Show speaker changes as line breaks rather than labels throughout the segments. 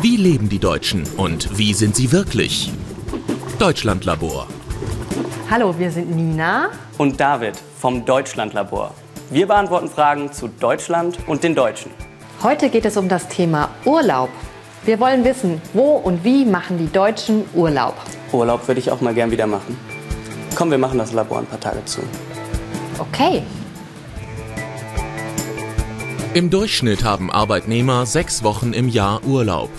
Wie leben die Deutschen und wie sind sie wirklich? Deutschlandlabor.
Hallo, wir sind Nina.
Und David vom Deutschlandlabor. Wir beantworten Fragen zu Deutschland und den Deutschen.
Heute geht es um das Thema Urlaub. Wir wollen wissen, wo und wie machen die Deutschen Urlaub.
Urlaub würde ich auch mal gern wieder machen. Komm, wir machen das Labor ein paar Tage zu.
Okay,
Im Durchschnitt haben Arbeitnehmer sechs Wochen im Jahr Urlaub.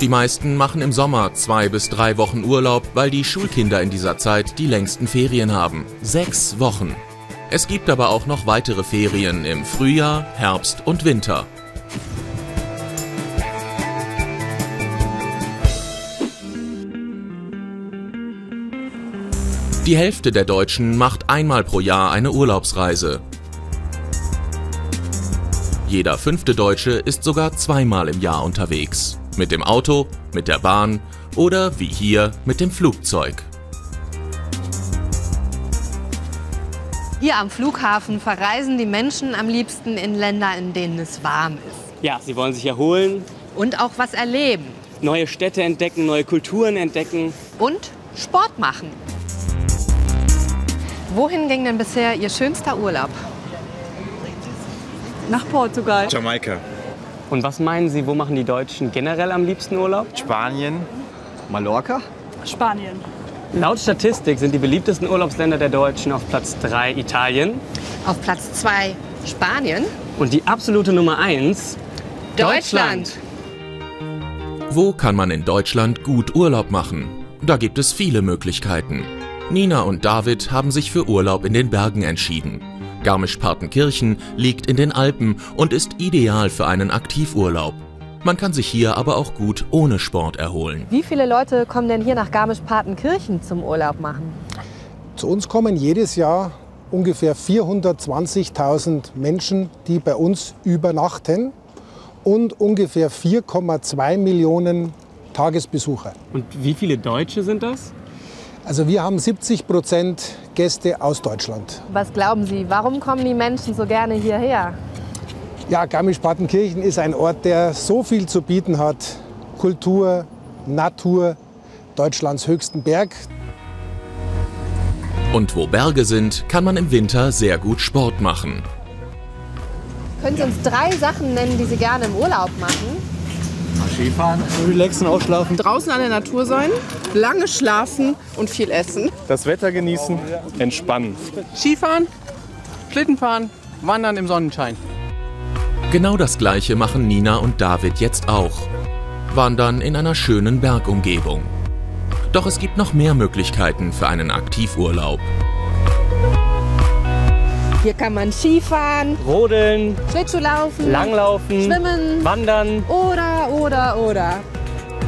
Die meisten machen im Sommer zwei bis drei Wochen Urlaub, weil die Schulkinder in dieser Zeit die längsten Ferien haben. Sechs Wochen. Es gibt aber auch noch weitere Ferien im Frühjahr, Herbst und Winter. Die Hälfte der Deutschen macht einmal pro Jahr eine Urlaubsreise. Jeder fünfte Deutsche ist sogar zweimal im Jahr unterwegs. Mit dem Auto, mit der Bahn oder wie hier mit dem Flugzeug.
Hier am Flughafen verreisen die Menschen am liebsten in Länder, in denen es warm ist.
Ja, sie wollen sich erholen,
Und auch was erleben.
neue Städte entdecken, neue Kulturen entdecken.
Und Sport machen. Wohin ging denn bisher Ihr schönster Urlaub?
Nach Portugal.
Jamaika,
Und was meinen Sie, wo machen die Deutschen generell am liebsten Urlaub?
Spanien, Mallorca.
Spanien.
Laut Statistik sind die beliebtesten Urlaubsländer der Deutschen auf Platz 3 Italien
Auf Platz 2 Spanien.
und die absolute Nummer 1
Deutschland.
Wo kann man in Deutschland gut Urlaub machen? Da gibt es viele Möglichkeiten. Nina und David haben sich für Urlaub in den Bergen entschieden. Garmisch-Partenkirchen liegt in den Alpen und ist ideal für einen Aktivurlaub. Man kann sich hier aber auch gut ohne Sport erholen.
Wie viele Leute kommen denn hier nach Garmisch-Partenkirchen zum Urlaub machen?
Zu uns kommen jedes Jahr ungefähr 420.000 Menschen, die bei uns übernachten und ungefähr 4,2 Millionen Tagesbesucher.
Und wie viele Deutsche sind das?
Also wir haben 70 Prozent Gäste aus Deutschland.
Was glauben Sie, warum kommen die Menschen so gerne hierher?
Ja, Garmisch-Partenkirchen ist ein Ort, der so viel zu bieten hat. Kultur, Natur, Deutschlands höchsten Berg,
Und wo Berge sind, kann man im Winter sehr gut Sport machen.
Können Sie uns drei Sachen nennen, die Sie gerne im Urlaub machen?
Relaxen, ausschlafen.
draußen an der Natur sein, lange schlafen und viel essen.
Das Wetter genießen, entspannen.
Skifahren, Schlittenfahren, wandern im Sonnenschein.
Genau das gleiche machen Nina und David jetzt auch. Wandern in einer schönen Bergumgebung. Doch es gibt noch mehr Möglichkeiten für einen Aktivurlaub.
Hier kann man Skifahren,
Rodeln,
Schlittschuhlaufen,
Langlaufen,
Schwimmen.
Wandern.
oder, oder, oder.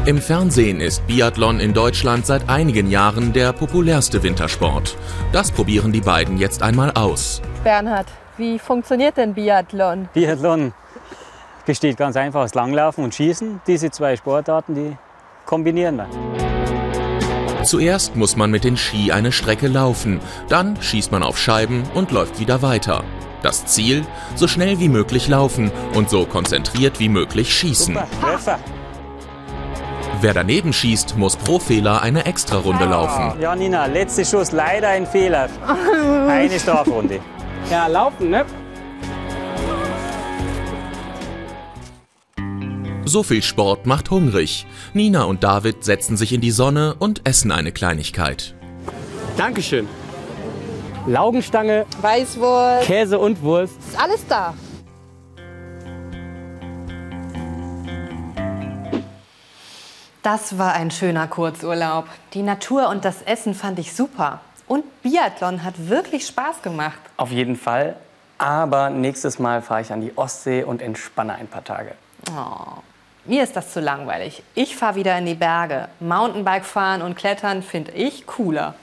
Im Fernsehen ist Biathlon in Deutschland seit einigen Jahren der populärste Wintersport. Das probieren die beiden jetzt einmal aus.
Bernhard, wie funktioniert denn Biathlon?
Biathlon besteht ganz einfach aus Langlaufen und Schießen. Diese zwei Sportarten, die kombinieren wir.
Zuerst muss man mit den Ski eine Strecke laufen, dann schießt man auf Scheiben und läuft wieder weiter. Das Ziel? So schnell wie möglich laufen und so konzentriert wie möglich schießen.
Treffer.
Wer daneben schießt, muss pro Fehler eine Extrarunde laufen.
Ja, Nina, letzter Schuss, leider ein Fehler. Eine Strafrunde.
Ja, laufen, ne?
So viel Sport macht hungrig. Nina und David setzen sich in die Sonne und essen eine Kleinigkeit.
Dankeschön. Laugenstange,
Weißwurst,
Käse und Wurst.
ist alles da.
Das war ein schöner Kurzurlaub. Die Natur und das Essen fand ich super. Und Biathlon hat wirklich Spaß gemacht.
Auf jeden Fall. Aber nächstes Mal fahre ich an die Ostsee und entspanne ein paar Tage.
Mir ist das zu langweilig. Ich fahre wieder in die Berge. Mountainbike fahren und klettern finde ich cooler.